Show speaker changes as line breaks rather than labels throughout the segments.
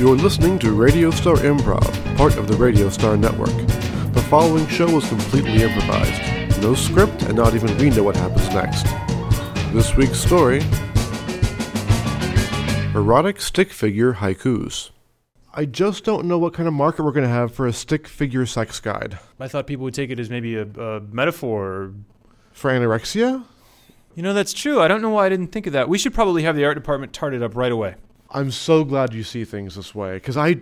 You are listening to Radio Star Improv, part of the Radio Star Network. The following show was completely improvised. No script, and not even we know what happens next. This week's story Erotic Stick Figure Haikus. I just don't know what kind of market we're going to have for a stick figure sex guide.
I thought people would take it as maybe a, a metaphor.
For anorexia?
You know, that's true. I don't know why I didn't think of that. We should probably have the art department tart it up right away.
I'm so glad you see things this way because I,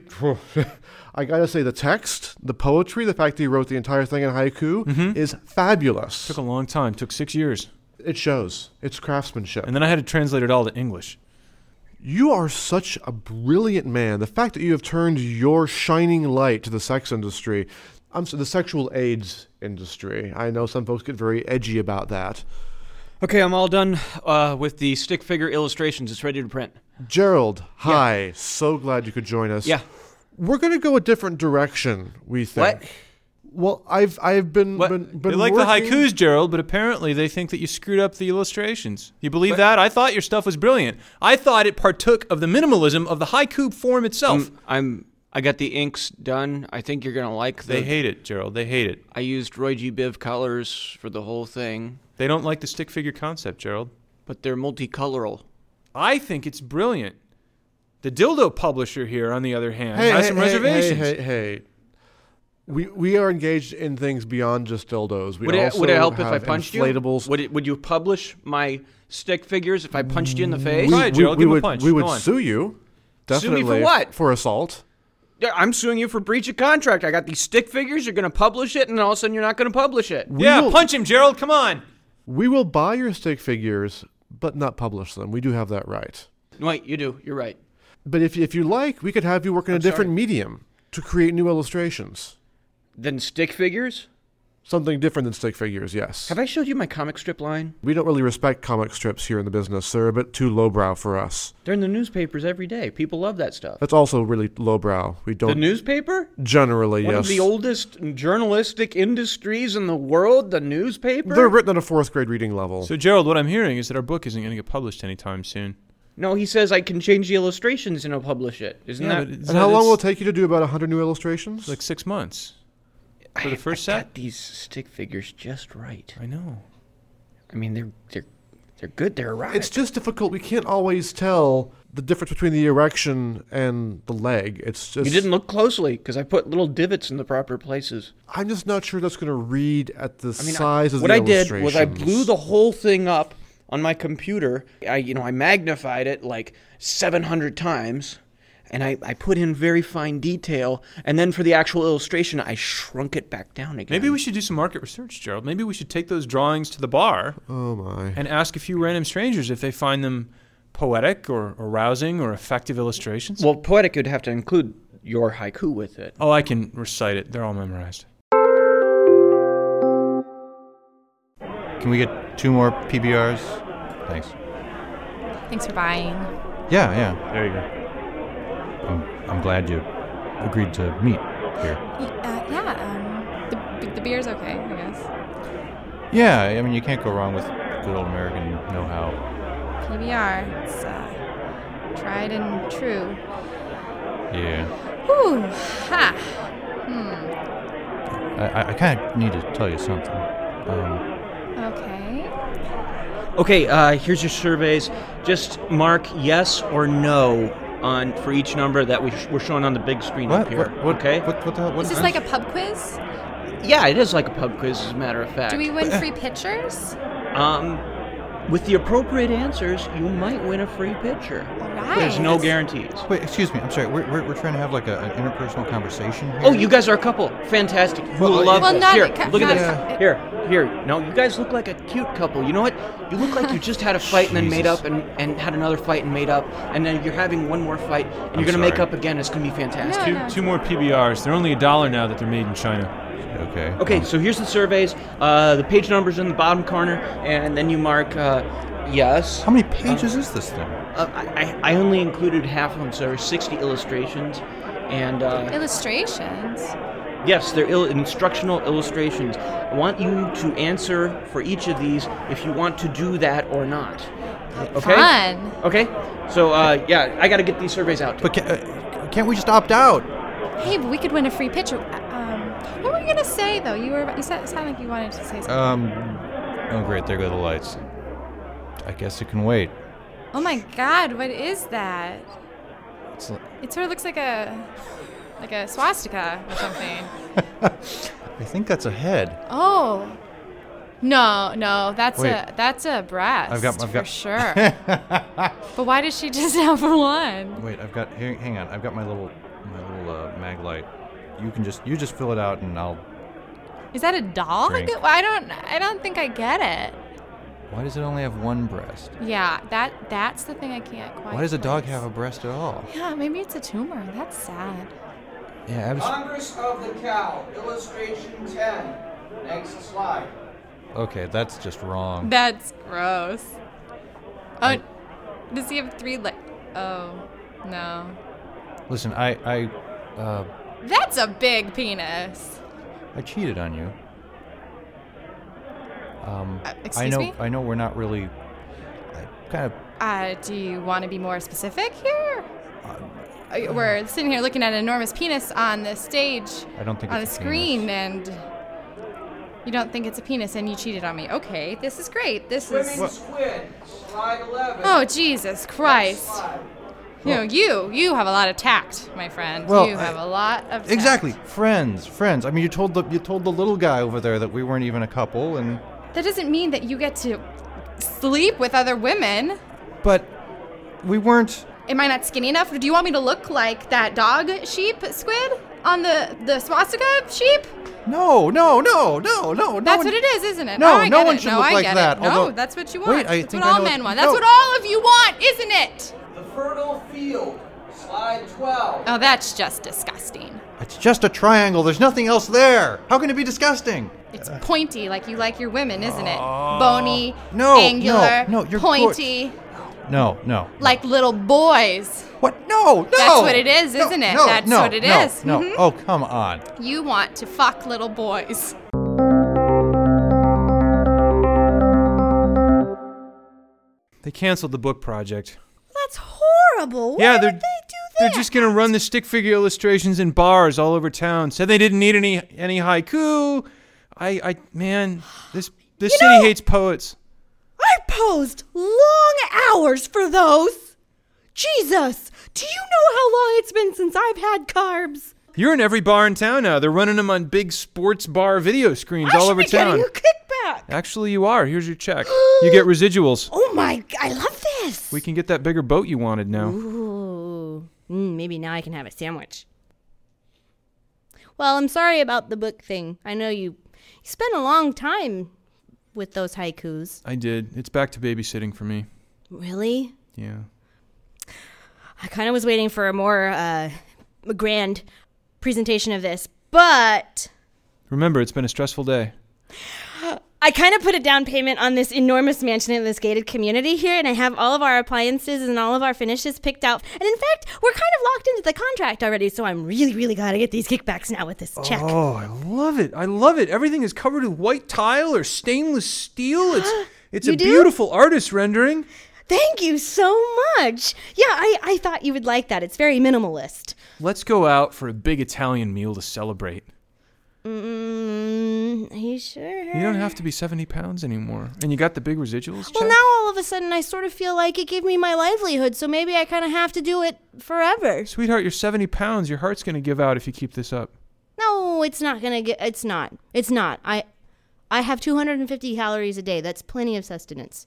I gotta say the text, the poetry, the fact that you wrote the entire thing in haiku is fabulous.
Mm-hmm. Took a long time. Took six years,
It shows. It's craftsmanship.
and then I had to translate it all to English.
you are such a brilliant man. The fact that you have turned your shining light to the sex industry, I'm sorry, the sexual aids industry. I know some folks get very edgy about that.
Okay, I'm all done uh, with the stick figure illustrations. It's ready to print.
Gerald, hi. So glad you could join us.
Yeah.
We're gonna go a different direction. We think. Well,
What?
I've I've been
What?
been, been
they like the
working-
haikus, Gerald, but apparently they think that you screwed up the illustrations. You believe that? I thought your stuff was brilliant. I thought it partook of the minimalism of the haiku form itself.
I'm, Mm, I'm I got the inks done. I think you're gonna like the.
they hate it, Gerald. They hate it.
I used Roy G. Biv colors for the whole thing,
They don't like the stick figure concept, Gerald.
but they're multicoloral.
I think it's brilliant. The dildo publisher here, on the other hand,
Hey,
has
hey,
some
hey,
reservations.
Hey, hey, hey. We we are engaged in things beyond just dildos. We
Would it,
also
would it help if I
have
punched
inflatables.
you? Would it, Would you publish my stick figures if I punched you in the face?
We- Try it, Gerald.
we
Give him a
would
punch.
we would
Go on.
sue you.
Sue me
Definitely
for what?
For assault.
Yeah, I'm suing you for breach of contract. I got these stick figures. You're gonna publish it, and all of a sudden you're not gonna publish it.
We
yeah,
will,
punch him, Gerald. Come on.
We will buy your stick figures, but not publish them. We do have that right.
Wait, you do. You're right.
But if if you like, we could have you work in a different medium to create new illustrations.
Then stick figures.
Something different than stick figures, yes.
Have I showed you my comic strip line?
we don't really respect comic strips here in the business, sir. A bit too lowbrow for us.
They're in the newspapers every day. People love that stuff.
That's also really lowbrow. We don't
The newspaper?
generally.
One
yes.
of the oldest journalistic industries in the world, the newspaper?
They're written at a fourth grade reading level.
So, Gerald, what I'm hearing is that our book isn't going to get published anytime soon.
no, he says I can change the illustrations and I'll publish it. Isn't
Yeah,
that
but it's
and
not-
how long
it's
will it take you to do about 100 new illustrations?
Like six months. for the
I-
first
I
set?
Got these stick figures just right.
I know.
I mean, they're they're they're good. They're right.
it's just difficult. We can't always tell the difference between the erection and the leg. It's just
you didn't look closely because I put little divots in the proper places.
I'm just not sure that's going to read at the
I mean, I-
size of
what
the
I did was I
illustrations.
blew the whole thing up on my computer. I you know I magnified it like 700 times, and I, I put in very fine detail. And then for the actual illustration, I shrunk it back down again.
Maybe we should do some market research, Gerald. Maybe we should take those drawings to the bar
Oh my!
and ask a few random strangers if they find them poetic or arousing or effective illustrations.
well poetic would have to include your haiku with it.
oh, I can recite it. They're all memorized.
Can we get two more PBRs? Thanks.
Thanks for buying.
Yeah, yeah.
There you go.
I'm, I'm glad you agreed to meet here.
Y- Uh, yeah, um, the, the beer's okay, I guess.
Yeah, I mean, you can't go wrong with good old American know how.
PBR, it's uh, tried and true.
Yeah.
Whew, ha.
I, I, I kind of need to tell you something. Um,
Okay.
Okay, uh, here's your surveys. Just mark yes or no on for each number that we sh- we're showing on the big screen up
what,
here.
what, what?
okay.
What, what the hell? What
Is this like a pub quiz?
Yeah, it is like a pub quiz, as a matter of fact.
Do we win free pictures?
Um, with the appropriate answers, you might win a free picture.
All right.
There's no guarantees.
Wait, excuse me. I'm sorry. We're, we're, we're trying to have like a, an interpersonal conversation here.
Oh, you guys are a couple. Fantastic. You
Well,
will love
Well,
this.
not a
here,
cou-
look at
not
this.
a cou-
here, here. No, you guys look like a cute couple. You know what? You look like you just had a fight and then made
Jesus.
up, and, and had another fight and made up, and then you're having one more fight, and you're gonna make
sorry.
up again. It's gonna be fantastic.
Two,
Yeah.
two more PBRs. They're only a dollar now that they're made in China.
Okay.
Okay, so here's the surveys. Uh, the page numbers in the bottom corner, and then you mark uh, yes.
How many pages is this thing?
Uh, I, I- I only included half of them, so there's 60 illustrations. And uh,
Illustrations.
yes, they're il- instructional illustrations. I want you to answer for each of these if you want to do that or not. Okay?
Fun.
Okay? So, uh, yeah, I gotta get these surveys out.
But can, uh, Can't we just opt out?
Hey, but we could win a free picture. Um, what were you gonna say though? You were you said, sounded like you wanted to say something.
Um. Oh, great. There go the lights. I guess it can wait.
oh my God, what is that?
It's l-
It sort of looks like a like a swastika or something.
I think that's a head.
Oh. No, no, that's a
Wait.
that's a breast.
I've got- I've
for
got-
sure. but why does she just have one?
Wait, I've got. Hang, hang on. I've got my little, my little uh, mag light. You can just, you just fill it out, and I'll.
Is that a dog?
Drink.
I don't I don't think I get it.
Why does it only have one breast?
Yeah, that that's the thing I can't quite.
Why does a dog
place.
have a breast at all?
Yeah, maybe it's a tumor. That's sad.
Yeah, abs-
Congress of the Cow, illustration 10. Next slide.
okay, that's just wrong.
That's gross. Oh,
I-
does he have three legs? Oh, no.
Listen, I, I, uh,
That's a big penis.
I cheated on you. Um,
Uh,
I
excuse
know,
me?
I know, we're not really. I kind of.
Uh, do you want to be more specific here? Uh, We're sitting here looking at an enormous penis on the stage,
I don't think
on the
it's a
screen,
penis.
and you don't think it's a penis, and you cheated on me. Okay, this is great. This is.
Swimming Squid, slide 11.
Oh Jesus Christ!
Slide.
You know, you you have a lot of tact, my friend.
Well,
you have
I-
a lot of tact.
Exactly, friends, friends. I mean, you told the you told the little guy over there that we weren't even a couple, and
That doesn't mean that you get to sleep with other women.
but we weren't.
Am I not skinny enough? Do you want me to look like that dog sheep squid on the the swastika sheep?
No, no, no, no, no. no
That's
one-
what it is, isn't it?
No,
oh, I
no
get
one
it.
should
no,
look
I
like
get
that,
It. No,
although-
that's what you
Wait,
want.
I
that's
think
what
I
all
know what-
men want.
no.
That's what all of you want, isn't it?
The Fertile Field, slide 12.
Oh, that's just disgusting.
It's just a triangle. There's nothing else there. How can it be disgusting?
It's pointy, like you like your women, isn't it? Bony,
Oh. No, no,
angular,
no, you're
pointy,
No, no.
like little boys.
What? No, no.
That's what it is,
No,
isn't it?
No,
That's
no,
what it
it is. no, No.
is. Mhm.
Oh, come on.
You want to fuck little boys.
They canceled the book project.
That's horrible. Why
yeah,
would
they're
they do that?
they're just gonna run the stick figure illustrations in bars all over town. Said they didn't need any any haiku. I I man, this this city
know-
hates poets.
I posed long hours for those. Jesus, do you know how long it's been since I've had carbs?
You're in every bar in town now. They're running them on big sports bar video screens
I
all
should
over
be
town.
getting a kickback.
Actually, you are. Here's your check. You get residuals.
Oh my, g- I love this.
We can get that bigger boat you wanted now.
Ooh, mm, maybe now I can have a sandwich. Well, I'm sorry about the book thing. I know you, you spent a long time with those haikus.
I did. It's back to babysitting for me.
Really?
Yeah.
I kind of was waiting for a more uh, grand presentation of this, but
Remember, it's been a stressful day.
I kind of put a down payment on this enormous mansion in this gated community here, and I have all of our appliances and all of our finishes picked out. And in fact, we're kind of locked into the contract already, so I'm really, really glad I get these kickbacks now with this check.
Oh, I love it. I love it. Everything is covered with white tile or stainless steel. It's it's
You
a
do?
beautiful artist rendering.
Thank you so much. Yeah, I, I thought you would like that. It's very minimalist.
Let's go out for a big Italian meal to celebrate.
Mm, are you sure?
You don't have to be 70 pounds anymore. And you got the big residuals check?
well, now all of a sudden, I sort of feel like it gave me my livelihood, so maybe I kind of have to do it forever.
Sweetheart, you're 70 pounds. Your heart's going to give out if you keep this up.
No, it's not gonna get. It's not. It's not. I, I have 250 calories a day. That's plenty of sustenance.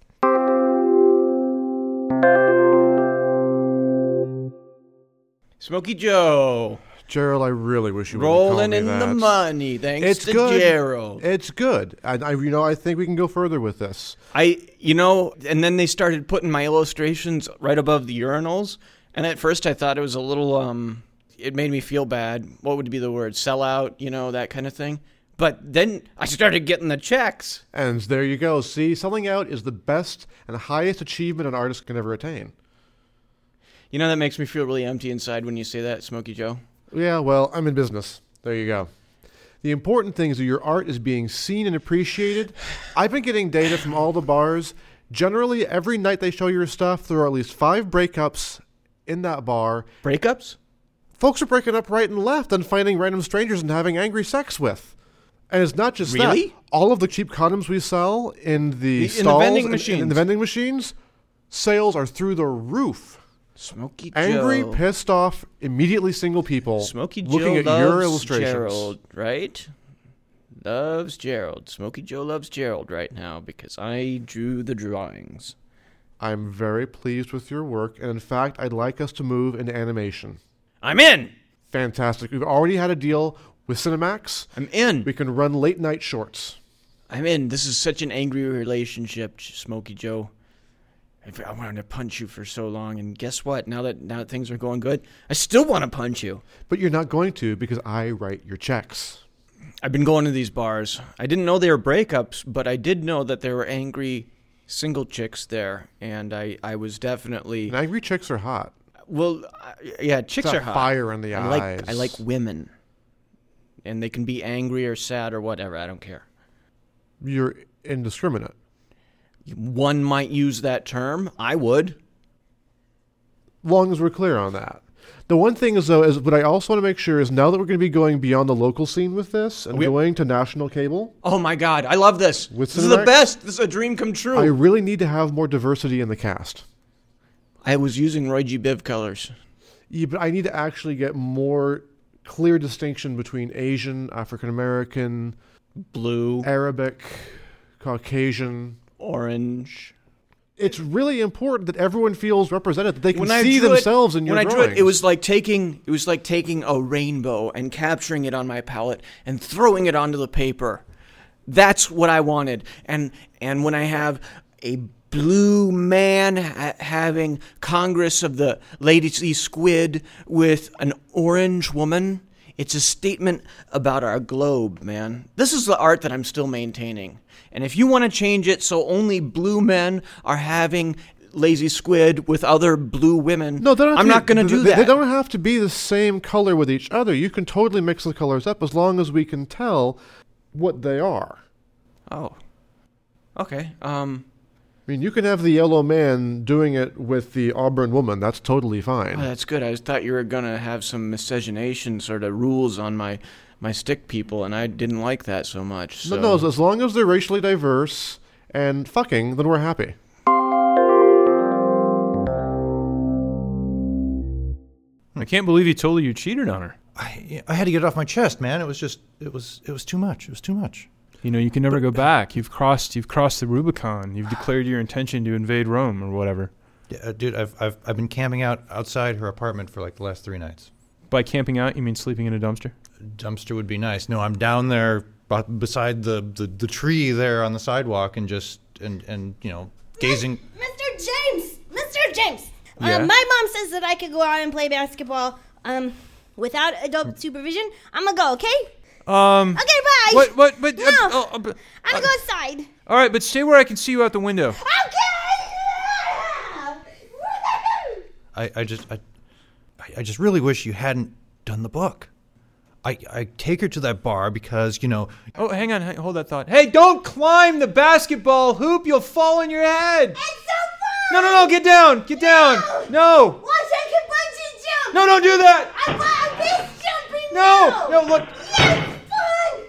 Smokey Joe,
Gerald, I really wish you wouldn't call
rolling
me
in the
that.
money. Thanks
It's
to
good.
Gerald.
It's good. And I, you know, I think we can go further with this.
I, you know, and then they started putting my illustrations right above the urinals, and at first I thought it was a little, um, it made me feel bad. What would be the word? Sell out, you know, that kind of thing. But then I started getting the checks.
And there you go. See, selling out is the best and highest achievement an artist can ever attain.
You know, that makes me feel really empty inside when you say that, Smokey Joe.
Yeah, well, I'm in business. There you go. The important thing is that your art is being seen and appreciated. I've been getting data from all the bars. Generally, every night they show your stuff, there are at least five breakups in that bar.
Breakups?
folks are breaking up right and left and finding random strangers and having angry sex with. And it's not just that.
Really?
All of the cheap condoms we sell in the,
in the
stalls and-
vending
in, the
machines.
vending machines, sales are through the roof.
Smokey
Angry,
Joe.
pissed off, immediately single people
Smokey Joe
looking at
loves
your illustrations.
Gerald, right? Loves Gerald. Smokey Joe loves Gerald right now because I drew the drawings.
I'm very pleased with your work, and in fact, I'd like us to move into animation.
I'm in.
Fantastic. We've already had a deal with Cinemax.
I'm in.
We can run late night shorts.
I'm in. This is such an angry relationship, Smokey Joe. I've- I wanted to punch you for so long, and guess what? Now that now that things are going good, I still want to punch you.
But you're not going to because I write your checks.
I've been going to these bars. I didn't know they were breakups, but I did know that there were angry single chicks there, and I I was definitely
And angry chicks are hot.
Well, uh, yeah, chicks
It's
are
that
hot.
fire in the
I Like, I
eyes.
like women, and they can be angry or sad or whatever. I don't care.
You're indiscriminate.
One might use that term. I would.
long as we're clear on that. The one thing is though is what I also want to make sure is now that we're going to be going beyond the local scene with this and
We-
going to national cable,
Oh my god, I love this.
With
this is the
Cinemax?
best. This is a dream come
I
true.
really need to have more diversity in the cast.
I, was using Roy G. Biv colors.
Yeah, but I need to actually get more clear distinction between Asian, African American,
Blue,
Arabic, Caucasian.
orange.
It's really important that everyone feels represented, that they can
I
see
drew it-
themselves in your
when I drew it, it
drawings.
was like taking it was like taking a rainbow and capturing it on my palette and throwing it onto the paper. That's what I wanted. And and when I have a blue man ha- having Congress of the Ladies Sea Squid with an orange woman, it's a statement about our globe, man. This is the art that I'm still maintaining. And if you want to change it so only blue men are having lazy squid with other blue women,
No, they don't. have
I'm
to
not
be-
going to
they-
do
they-
that.
They don't have to be the same color with each other. You can totally mix the colors up as long as we can tell what they are.
Oh, okay. Um,
I mean, you can have the yellow man doing it with the Auburn woman. That's totally
oh,
fine.
that's good. I just thought you were going to have some miscegenation sort of rules on my my stick people, and I didn't like that so much. So.
No, no. As, as long as they're racially diverse and fucking, then we're happy.
I can't believe he told her you cheated on her.
I, I had to get it off my chest, man. It was just, it was, it was too much. It was too much.
You know, you can never go back. You've crossed you've crossed the Rubicon. You've declared your intention to invade Rome or whatever.
Yeah, uh, dude, I've, I've, I've been camping out outside her apartment for like the last three nights.
By camping out, you mean sleeping in a dumpster?
Dumpster would be nice. No, I'm down there bu- beside the, the, the tree there on the sidewalk and just, and, and you know, gazing.
Mr. James! Mr. James!
Yeah?
Um, my mom says that I could go out and play basketball um, without
Hmm.
adult supervision. I'm gonna go, okay?
Um
Okay, bye!
What what but
No.
uh, oh, uh, but-
I'm
uh,
gonna go outside.
All right, but stay where I can see you out the window.
Okay!
I, I just I, I I just really wish you hadn't done the book. I, I take her to that bar because you know
Oh, hang on, hang, hold that thought. Hey, don't climb the basketball hoop. You'll fall on your head.
It's so
No,
fun!
no, no, get down. Get down. No.
Watch, I can bungee jump!
No, don't do that.
I'm, I'm base jumping
No.
now!
No, look.
Yes, fun!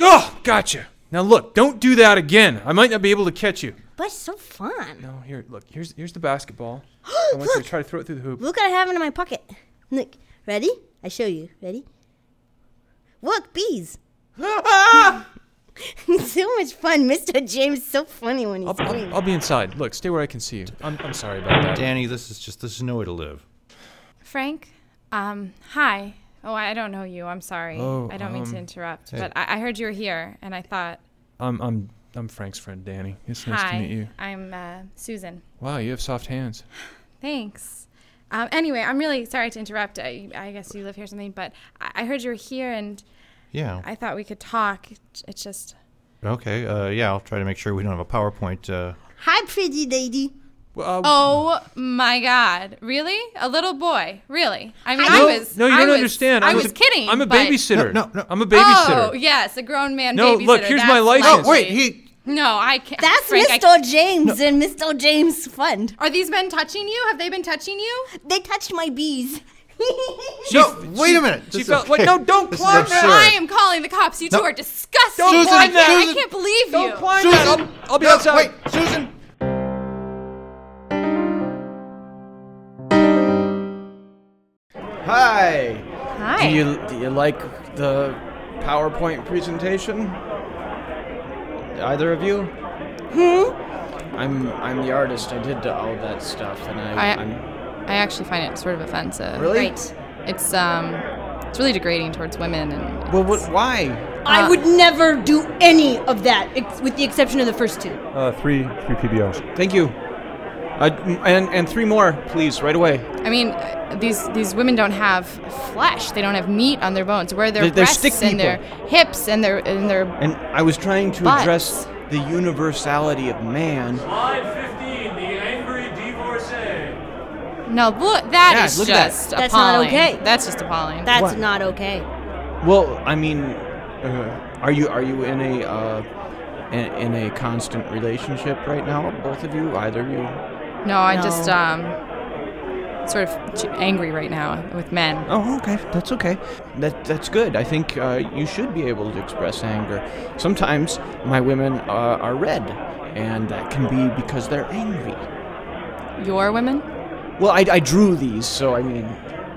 Oh, gotcha. Now look, don't do that again. I might not be able to catch you.
But it's so fun.
No, here, look. Here's here's the basketball. I want you
Look!
to try to throw it through the hoop.
Look what I have in my pocket. Look, ready? I show you. Ready? Look, bees. so much fun, Mr. James. is So funny when he's
I'll, I'll, I'll be inside. Look, stay where I can see you. I'm, I'm sorry about that.
Danny, this is just this is no way to live.
Frank, um, hi. Oh, I I don't know you. I'm sorry.
Oh,
I don't mean to
um,
interrupt, but I, I heard you were here, and I thought,
I'm I'm I'm Frank's friend Danny. It's nice
hi,
to meet you.
I'm uh, Susan.
Wow, you have soft hands.
Thanks. Um, anyway, I'm really sorry to interrupt. I, I guess you live here or something, but I, I heard you were here, and
Yeah.
I thought we could talk. It's- It's just,
okay. Uh, yeah, I'll try to make sure we don't have a PowerPoint. Uh,
Hi, pretty lady.
Well, uh,
oh my God, really? A little boy, really? I mean,
no,
I was.
no, you
I
don't
was-
understand.
I,
I'm
was,
a-
kidding.
I'm a
but-
babysitter.
No, no, no.
I'm a babysitter.
Oh yes, a grown man.
No,
babysitter.
look, here's my
That's
license.
lovely.
wait, he.
No, I can't.
That's
Frank, I
Mr. James and Mr. James Fund.
Are these men touching you? Have they been touching you?
They touched my bees.
She,
No, oh, wait a minute.
She
This is
felt wait,
okay.
no, don't
This is
climb that.
absurd.
I am calling the cops. You two
No.
are disgusting.
Don't
Don't
climb
climb
that.
I can't believe you.
Don't climb
Susan,
that. I'll, I'll be
no,
outside.
Wait, Susan.
Hi.
Hi.
Do you do you like the PowerPoint presentation? Either of you? Hmm. I'm I'm the artist. I did all that stuff, and I,
I-
am
I actually find it sort of offensive.
Really? Ah.
Great.
It's um, it's really degrading towards women and.
Well, what? Why?
Uh,
I would never do any of that, ex- with the exception of the first two.
Uh, three three PBOs.
Thank you. Uh, and and three more, please, right away.
I mean, uh, these these women don't have flesh. They don't have meat on their bones. Where their
They're- they're
breasts
stick
and their
people.
hips and their and their.
And I was trying to
But-
address the universality of man.
Slide 15, the angry divorcee.
No, look, that
Yeah,
is
look at that.
just
That's not
appalling.
okay.
That's just appalling.
That's
What?
not okay.
Well, I mean, uh, are you are you in a uh, in, in a constant relationship right now? Both of you, either of you?
no, I
No.
just um, sort of ch- angry right now with men.
Oh, okay, that's okay. That that's good. I think uh, you should be able to express anger. Sometimes my women uh, are red, and that can be because they're angry.
Your women.
Well, I, I drew these, so I mean,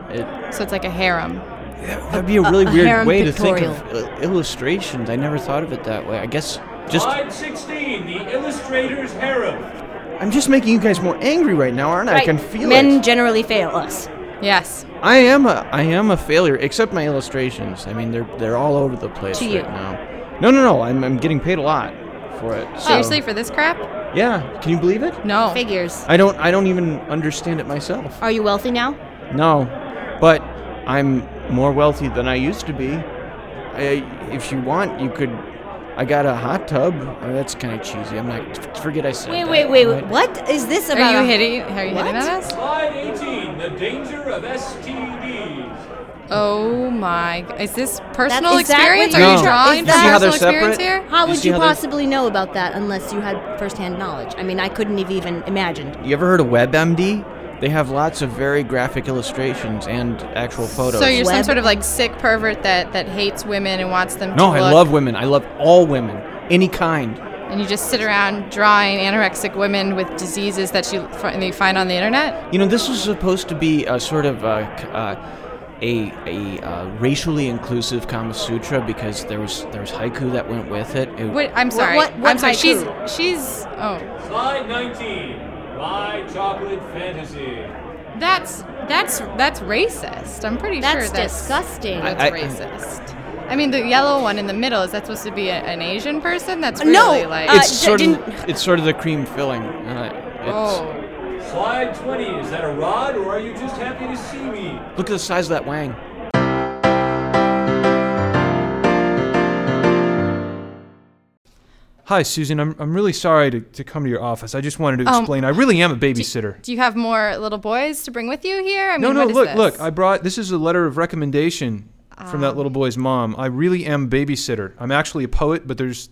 it,
So it's like a harem.
that'd be a really
a
weird
harem
way to think of uh, illustrations. I never thought of it that way. I guess just
Slide 16, the illustrator's harem.
I'm just making you guys more angry right now, aren't I? I can feel
Men
it.
generally fail us.
Yes.
I am a I am a failure, except my illustrations. I mean, they're they're all over the place
To
right
you.
now. No, no, no. I'm I'm getting paid a lot for it.
Oh.
so-
Seriously, for this crap?
Yeah, can you believe it?
No.
Figures.
I don't I don't even understand it myself.
Are you wealthy now?
No. But I'm more wealthy than I used to be. I, if you want, you could I got a hot tub. Oh, that's kind of cheesy. I'm not forget I said
Wait,
that.
wait, wait, wait.
Right?
What is this about?
Are
a-
you hitting? Are you
What?
hitting at us?
Slide 18, the danger of STDs.
Oh my! g- Is this personal
is that what
experience? Are
you're
you
No.
drawing
Is
from
that- You see
personal
how
they're
experience
separate?
here?
How
You
would
see
you
how they-
possibly know about that unless you had firsthand knowledge? I mean, I couldn't have even imagined.
You ever heard of WebMD? They have lots of very graphic illustrations and actual photos.
So you're some
Web-
sort of like sick pervert that that hates women and wants them.
no,
to
I
look,
love women. I love all women, any kind.
And you just sit around drawing anorexic women with diseases that you fi- that you find on the internet.
You know, this was supposed to be a sort of a, c- uh, a, a uh, racially inclusive Kama Sutra because there was there was haiku that went with it. It-
Wait, I'm sorry.
what- what
I'm sorry. She's
haiku?
she's oh
Slide 19, my chocolate fantasy.
that's that's that's racist. I'm pretty
That's
sure that's
disgusting.
That's
I- I-
racist. I mean, the yellow one in the middle is that supposed to be a, an Asian person? That's really
No,
like
uh,
it's
d-
sort of
didn't-
it's sort of the cream filling. Uh, it's,
oh.
Slide 20, is that a rod or are you just happy to see me?
Look at the size of that wang.
Hi, Susan. I'm, I'm really sorry to, to come to your office. I just wanted to
Um,
explain. I really am a babysitter.
Do you have more little boys to bring with you here? I mean,
no, no,
what is
look,
this? Ah.
look. I brought this is a letter of recommendation from that little boy's mom. I really am a babysitter. I'm actually a poet, but there's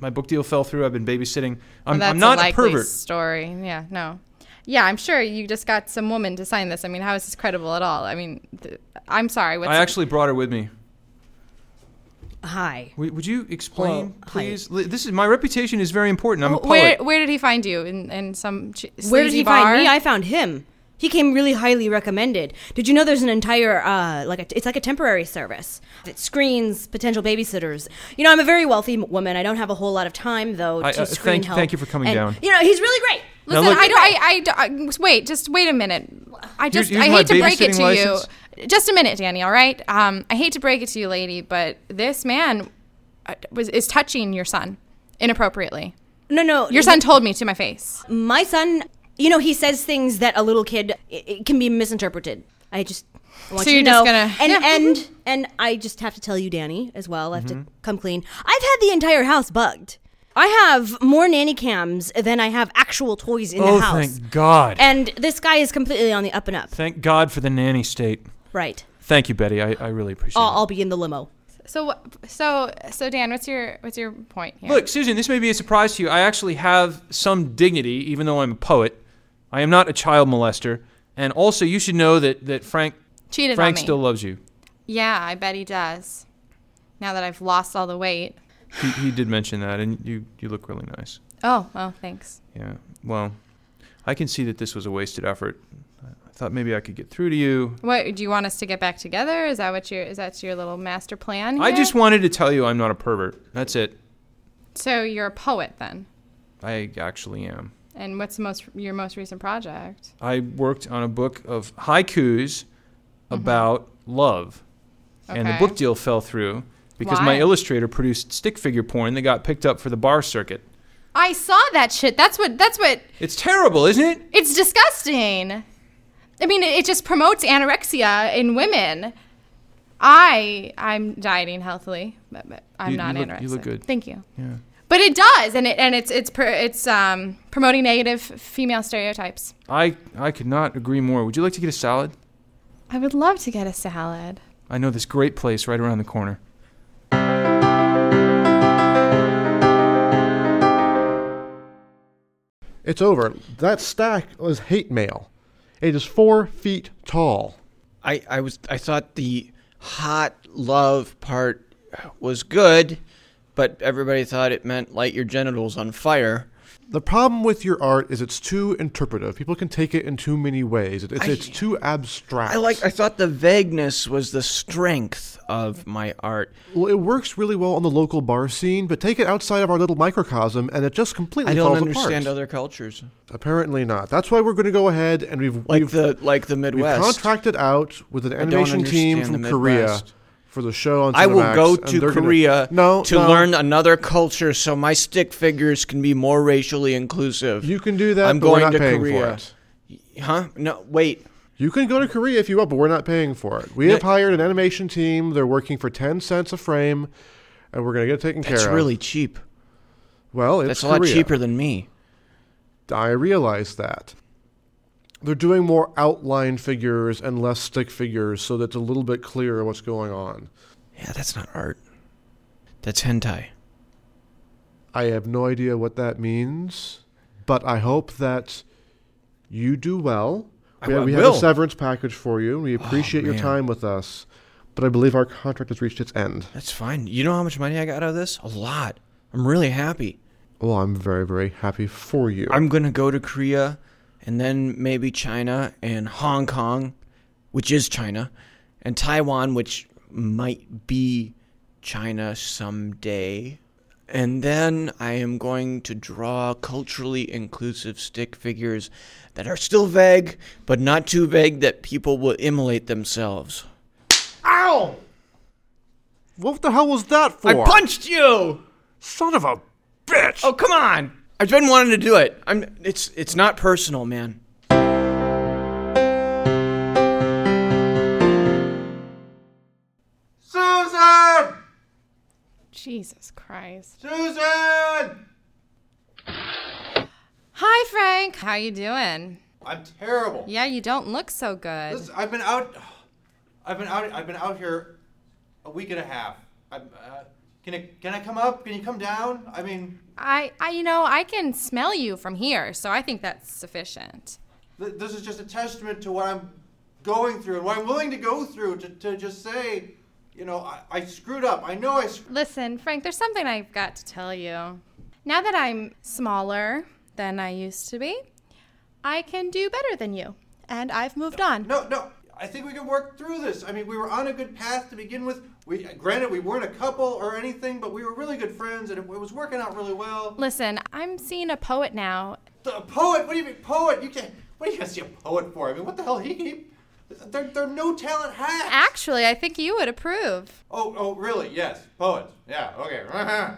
my book deal fell through. I've been babysitting. I'm,
Well, that's
I'm not a,
likely
pervert.
Story. Yeah. No. Yeah, I'm sure you just got some woman to sign this. I mean, how is this credible at all? I mean, th- I'm sorry. What's
I actually brought her with me.
Hi.
Would, would you explain,
Well, hi.
please? Li- This is my reputation is very important. I'm a poet.
where where did he find you? In in some ch-
Where did
sleazy
he
bar?
find me? I found him. He came really highly recommended. Did you know there's an entire uh, like a, it's like a temporary service that screens potential babysitters. You know, I'm a very wealthy m- woman. I don't have a whole lot of time though
I-
to
uh,
screen
thank-
help.
thank you for coming
And,
down.
You know, he's really great.
Listen,
look-
I, don't- I, I, don't- I- wait. Just wait a minute. I just
here's
I
my
hate to break it
babysitting
to
license.
you. Just a minute, Danny. All right. Um, I hate to break it to you, lady, but this man uh, was is touching your son inappropriately.
No, no,
Your son told me to my face.
My son, you know, he says things that a little kid it, it can be misinterpreted. I just want
So
you
you're
to
just
know.
gonna-
and
Yeah. Mm-hmm.
and and I just have to tell you, Danny, as well. I have
Mm-hmm.
to come clean. I've had the entire house bugged. I have more nanny cams than I have actual toys in
oh,
the house.
thank God!
And this guy is completely on the up and up.
thank God for the nanny state.
Right.
Thank you, Betty. I, I really appreciate
I'll,
it.
I'll be in the limo.
So wh- so so Dan, what's your what's your point here?
Look, Susan, this may be a surprise to you. I actually have some dignity, even though I'm a poet. I am not a child molester. And also, you should know that, that Frank
Cheated
Frank
on me.
still loves you.
yeah, I bet he does. Now that I've lost all the weight.
He, he did mention that, and you, you look really nice.
Oh, oh, thanks.
Yeah. Well, I can see that this was a wasted effort. I I thought maybe I could get through to you.
What do you want us to get back together? Is that what your is that your little master plan?
I
here?
just wanted to tell you I'm not a pervert. That's it.
So you're a poet then,
I actually am.
and what's the most your most recent project?
I worked on a book of haikus about love. And the
Okay.
book deal fell through because my
Why?
illustrator produced stick figure porn that got picked up for the bar circuit.
I saw that shit. That's what. That's what.
It's terrible, isn't it?
It's disgusting. I mean, it, it just promotes anorexia in women. I I'm dieting healthily, but, but I'm
You-
not
you look-
anorexic.
you look good.
Thank you.
Yeah.
But it does, and it and it's it's pr- it's um, promoting negative female stereotypes.
I I could not agree more. Would you like to get a salad?
I would love to get a salad.
I know this great place right around the corner.
It's over. That stack was hate mail. It is four feet tall.
I, I was I thought the hot love part was good, but everybody thought it meant light your genitals on fire.
The problem with your art is it's too interpretive. People can take it in too many ways. It- It's,
I-
it's too abstract.
I like I thought the vagueness was the strength of my art.
Well, it works really well on the local bar scene, but take it outside of our little microcosm, and it just completely
I don't
falls
understand
apart.
other cultures.
Apparently not. That's why we're going to go ahead and we've
Like
we've,
the like the
we've
Midwest.
contracted out with an
don't
animation team
understand
from
the
Korea
Midwest.
for the show on.
I will
Cinemax,
go
and
to
they're gonna-
Korea
no,
to
no.
learn another culture so my stick figures can be more racially inclusive.
You can do that.
I'm
but we're
going
not
to
paying for
Korea.
it.
huh? No, wait.
You can go to Korea if you want, but we're not paying for it. We
No-
have hired an animation team. They're working for ten cents a frame, and we're going to get it taken
That's
care
really
of.
cheap.
Well, it's
That's a lot
Korea.
cheaper than me.
I realize that. They're doing more outline figures and less stick figures so that it's a little bit clearer what's going on.
Yeah, that's not art. That's hentai.
I have no idea what that means, but I hope that you do well.
I
We,
w- I
we have a
will. Oh,
severance package for you, and we appreciate your
man.
time with us. But I believe our contract has reached its end.
That's fine. You know how much money I got out of this? A lot. I'm really happy.
Well, I'm very, very happy for you.
I'm going to go to Korea and then maybe China and Hong Kong, which is China, and Taiwan, which might be China someday. And then I am going to draw culturally inclusive stick figures that are still vague, but not too vague that people will immolate themselves.
Ow! What the hell was that for?
I punched you!
Son of a bitch!
Oh, come on! I've been wanting to do it. I'm it's it's not personal, man.
Susan!
Jesus Christ.
Susan!
Hi Frank. How you doing?
I'm terrible.
Yeah, you don't look so good.
Listen, I've been out. I've been out. I've been out here a week and a half. I'm, uh, can I can I come up? Can you come down? I mean,
I, I, you know, I can smell you from here, so I think that's sufficient.
th- this is just a testament to what I'm going through and what I'm willing to go through to, to just say, you know, I, I screwed up. I know I. Sc-
Listen, Frank, there's something I've got to tell you. Now that I'm smaller than I used to be, I can do better than you, and I've moved on.
no, no. I think we can work through this. I mean, we were on a good path to begin with. We granted we weren't a couple or anything, but we were really good friends, and it, it was working out really well.
Listen, I'm seeing a poet now.
The- A poet? What do you mean poet? You can't. What are you gonna see a poet for? I mean, what the hell? He, he they're, they're no talent hacks.
Actually, I think you would approve.
oh, oh, really? Yes, poets. Yeah. Okay.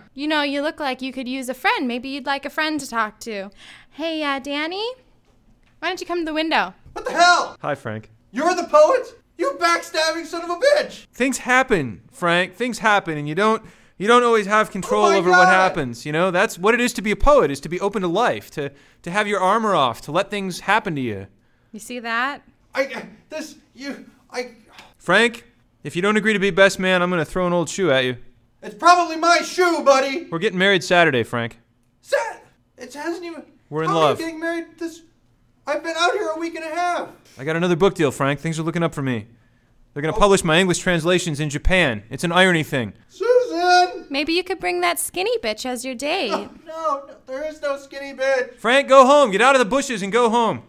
You know, you look like you could use a friend. Maybe you'd like a friend to talk to. Hey, uh, Danny, why don't you come to the window?
what the hell?
Hi, Frank.
You're the poet? You backstabbing son of a bitch!
Things happen, Frank. Things happen, and you don't you don't always have control
my
over what
God.
happens. You know that's what it is to be a poet: is to be open to life, to to have your armor off, to let things happen to you.
You see that?
I this you I.
Frank, if you don't agree to be best man, I'm gonna throw an old shoe at you.
It's probably my shoe, buddy.
We're getting married Saturday, Frank.
Set. It hasn't even.
We're in
How am I
love.
Getting married. This. I've been out here a week and a half.
I got another book deal, Frank. Things are looking up for me. They're going to publish my English translations in Japan. It's an irony thing.
Susan!
Maybe you could bring that skinny bitch as your date.
No, no, there is no skinny bitch.
Frank, go home. Get out of the bushes and go home.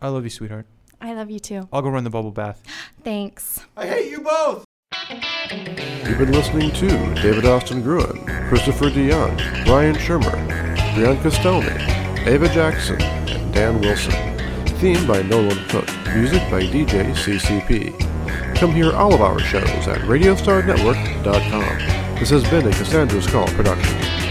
I love you, sweetheart.
I love you too.
I'll go run the bubble bath.
Thanks.
I hate you both.
You've been listening to David Austin Gruen, Christopher DeYoung, Ryan Shermer, Brian Castelny, Ava Jackson, and Dan Wilson. Theme by Nolan Cook. Music by DJ CCP. Come hear all of our shows at radiostarnetwork.com. This has been a Cassandra's Call production.